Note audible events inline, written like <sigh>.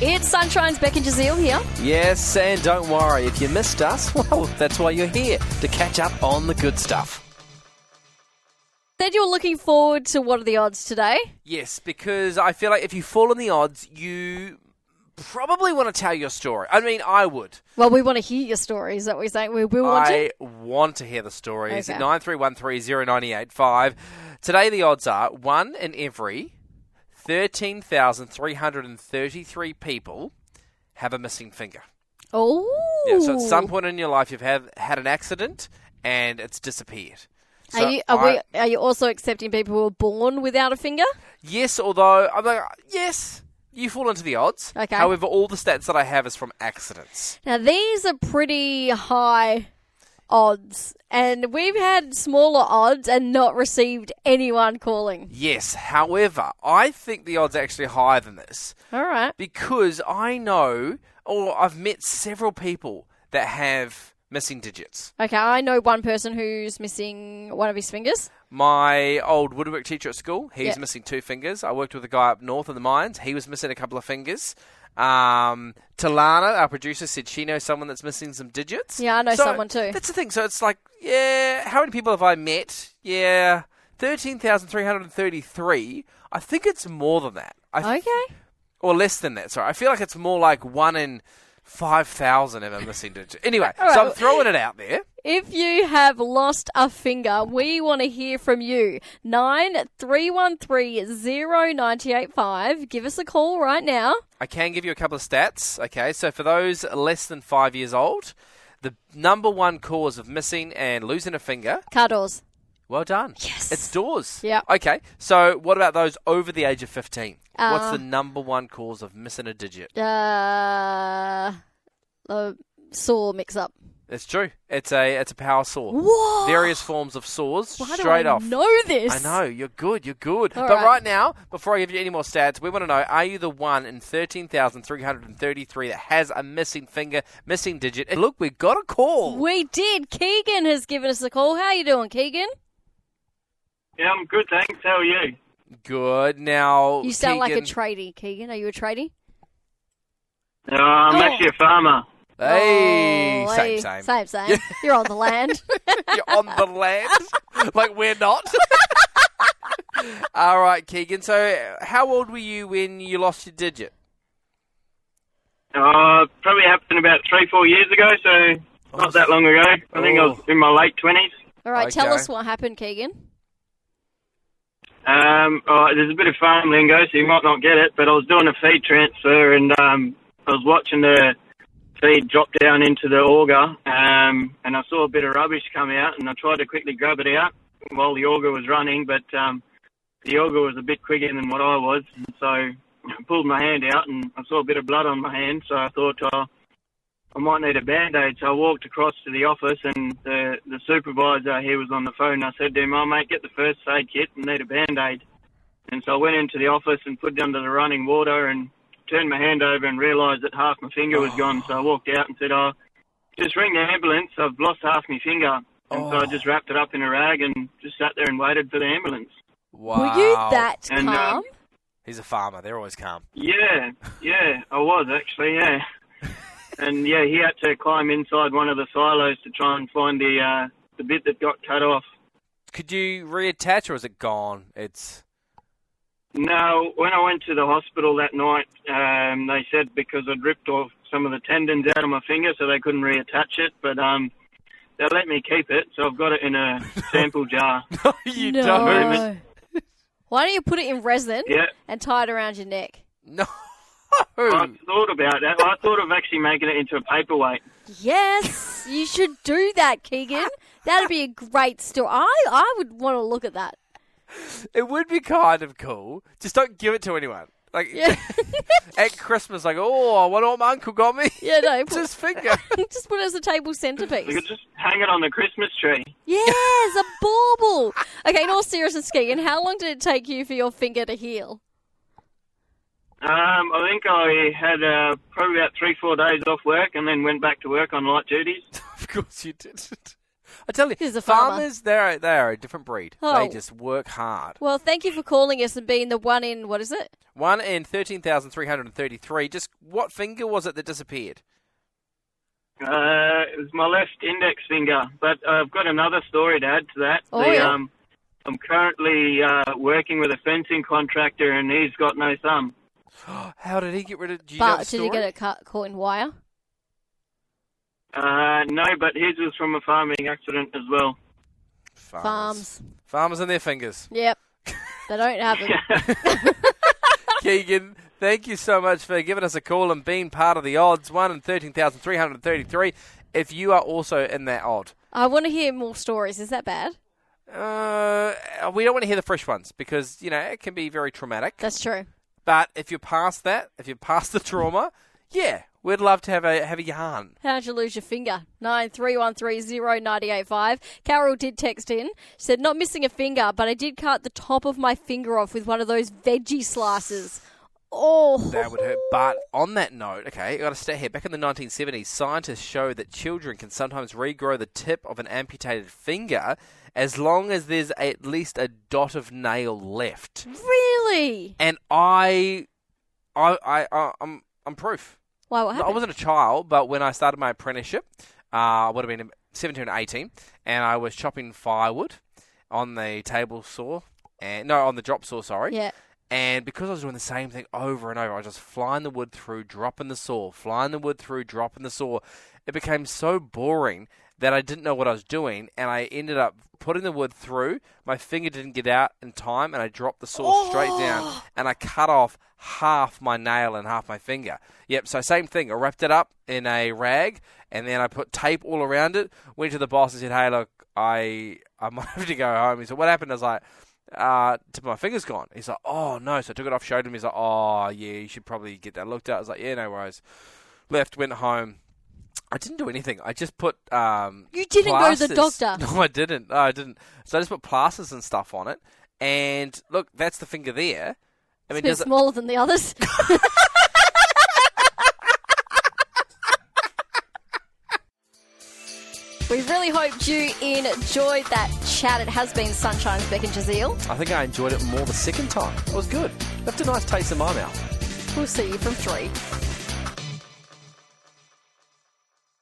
It's Sunshine's Becky Jazeel here. Yes, and don't worry, if you missed us, <laughs> well, that's why you're here, to catch up on the good stuff. Said you were looking forward to what are the odds today? Yes, because I feel like if you fall in the odds, you probably want to tell your story. I mean, I would. Well, we want to hear your stories. Is that what you're saying? We will want to. I want to hear the stories. Okay. Nine three one three zero ninety eight five. Today the odds are one in every thirteen thousand three hundred and thirty three people have a missing finger. Oh. Yeah, so at some point in your life you've have had an accident and it's disappeared. So are you, are, I- we, are you also accepting people who are born without a finger? Yes, although I'm like yes, you fall into the odds. Okay. However, all the stats that I have is from accidents. Now, these are pretty high odds. And we've had smaller odds and not received anyone calling. Yes. However, I think the odds are actually higher than this. All right. because I know, or I've met several people that have missing digits. Okay, I know one person who's missing one of his fingers. My old woodwork teacher at school, he's Yeah. missing two fingers. I worked with a guy up north in the mines, he was missing a couple of fingers. Um, Talana, our producer, said she knows someone that's missing some digits. Yeah, I know So, someone too. That's the thing. So it's like, yeah, how many people have I met? Yeah, 13,333. I think it's more than that. I Okay. or less than that. Sorry, I feel like it's more like one in five thousand if I'm listening to. Anyway, <laughs> All so right. I'm throwing it out there. If you have lost a finger, we want to hear from you. Nine three one three zero ninety eight five. Give us a call right now. I can give you a couple of stats. Okay, so for those less than five years old, the number one cause of missing and losing a finger. Car doors. Well done. Yes. It's doors. Yeah. Okay. So what about those over the age of fifteen? What's Uh, the number one cause of missing a digit? Uh, uh, saw mix up. It's true. It's a it's a power saw. Whoa! Various forms of saws Why do straight I off. Know this? I know you're good. You're good. All but right. right. now, before I give you any more stats, we want to know: Are you the one in thirteen thousand three hundred and thirty-three that has a missing finger, missing digit? And look, we got a call. We did. Keegan has given us a call. How you doing, Keegan? Yeah, I'm good, thanks. How are you? Good. Now You sound like a Oh, Keegan- tradie, Keegan. Are you a tradie? Uh, I'm Oh. actually a farmer. Hey, Oh, same, hey. same. Same, same. You're on the <laughs> land. You're on <laughs> the land, like we're not. <laughs> All right, Keegan. So, how old were you when you lost your digit? Uh, probably happened about three, four years ago, so not that long ago. I think I was Oh. in my late twenties. All right, tell Okay. us what happened, Keegan. Um, oh, there's a bit of farm lingo, so you might not get it, but I was doing a feed transfer and um, I was watching the feed drop down into the auger, um, and I saw a bit of rubbish come out, and I tried to quickly grab it out while the auger was running, but um, the auger was a bit quicker than what I was, and so I pulled my hand out and I saw a bit of blood on my hand, so I thought, oh, I might need a band aid. So I walked across to the office, and the, the supervisor he was on the phone. I said to him, "Oh mate, get the first aid kit and need a band aid." And so I went into the office and put it under the running water and turned my hand over and realised that half my finger was gone. So I walked out and said, "Oh, just ring the ambulance. I've lost half my finger." And so I just wrapped it up in a rag and just sat there and waited for the ambulance. Wow. Were you that And, um, uh, calm? He's a farmer. They're always calm. Yeah, yeah, I was actually, yeah. and yeah, he had to climb inside one of the silos to try and find the uh, the bit that got cut off. Could you reattach, or is it gone? It's No, when I went to the hospital that night, um, they said because I'd ripped off some of the tendons out of my finger, so they couldn't reattach it. But um, they let me keep it, so I've got it in a sample jar. no, <laughs> you no. don't. Why don't you put it in resin Yeah, and tie it around your neck? No. I thought about that. I thought of actually making it into a paperweight. Yes, you should do that, Keegan. That'd be a great story. I, I would want to look at that. It would be kind of cool. Just don't give it to anyone. Like Yeah, <laughs> at Christmas, like, oh, what all my uncle got <laughs> me? <laughs> yeah, no. it's Put, his finger. just put it as a table You centerpiece. could just hang it on the Christmas tree. Yes, <laughs> a bauble. Okay, in all seriousness, Keegan, how long did it take you for your finger to heal? Um, I think I had uh, <laughs> probably about three, four days off work, and then went back to work on light duties. of course you did. I tell you, He's a farmer. farmers, they're, they are a different breed. Oh. They just work hard. Well, thank you for calling us and being the one in, what is it? One in 13,333. Just what finger was it that disappeared? <gasps> Uh, it was my left index finger, but I've got another story to add to that. Oh, yeah. um, I'm currently uh, working with a fencing contractor, and he's got no thumb. How did he get rid of do you know but the did you story? Ah, get it cut, caught in wire? Uh, no, but his was from a farming accident as well. Farms. Farmers and their fingers. <laughs> Yep. they don't have them. Keegan, thank you so much for giving us a call and being part of the odds. One in 13,333. If you are also in that odd. I want to hear more stories. Is that bad? Uh, we don't want to hear the fresh ones because, you know, it can be very traumatic. That's true. But if you're past that, if you're past the trauma, yeah, we'd love to have a have a yarn. How'd you lose your finger? 93130985. Carol did text in. She said, Not missing a finger, but I did cut the top of my finger off with one of those veggie slices. Oh, That would hurt. But on that note, okay, I got to stay here. Back in the 1970s, scientists showed that children can sometimes regrow the tip of an amputated finger as long as there's at least a dot of nail left. really? And I, I, I, I I'm, I'm proof. Wow, what No, I happened? wasn't a child, but when I started my apprenticeship, uh, I would have been 17 or 18, and I was chopping firewood on the table saw, and no, on the drop saw, sorry. Yeah. And because I was doing the same thing over and over, I was just flying the wood through, dropping the saw, flying the wood through, dropping the saw. It became so boring that I didn't know what I was doing, and I ended up putting the wood through. My finger didn't get out in time, and I dropped the saw straight down, <gasps> and I cut off half my nail and half my finger. Yep, so same thing. I wrapped it up in a rag, and then I put tape all around it. Went to the boss and said, "Hey, look, I I <laughs> might have to go home." He said, "What happened?" I was like uh, tip of my finger's gone. He's like, oh no. So I took it off, showed him. He's like, oh yeah, you should probably get that looked at. I was like, yeah, no worries. Left, went home. I didn't do anything. I just put. Um, You didn't go to the plasters- doctor? <laughs> No, I didn't. No, I didn't. So I just put plasters and stuff on it. And look, that's the finger there. I It's mean, a bit does it, smaller than the others. We really hoped you enjoyed that chat. It has been Sunshine's Beck and Jazeel. I think I enjoyed it more the second time. It was good. Left a nice taste in my mouth. We'll see you from three.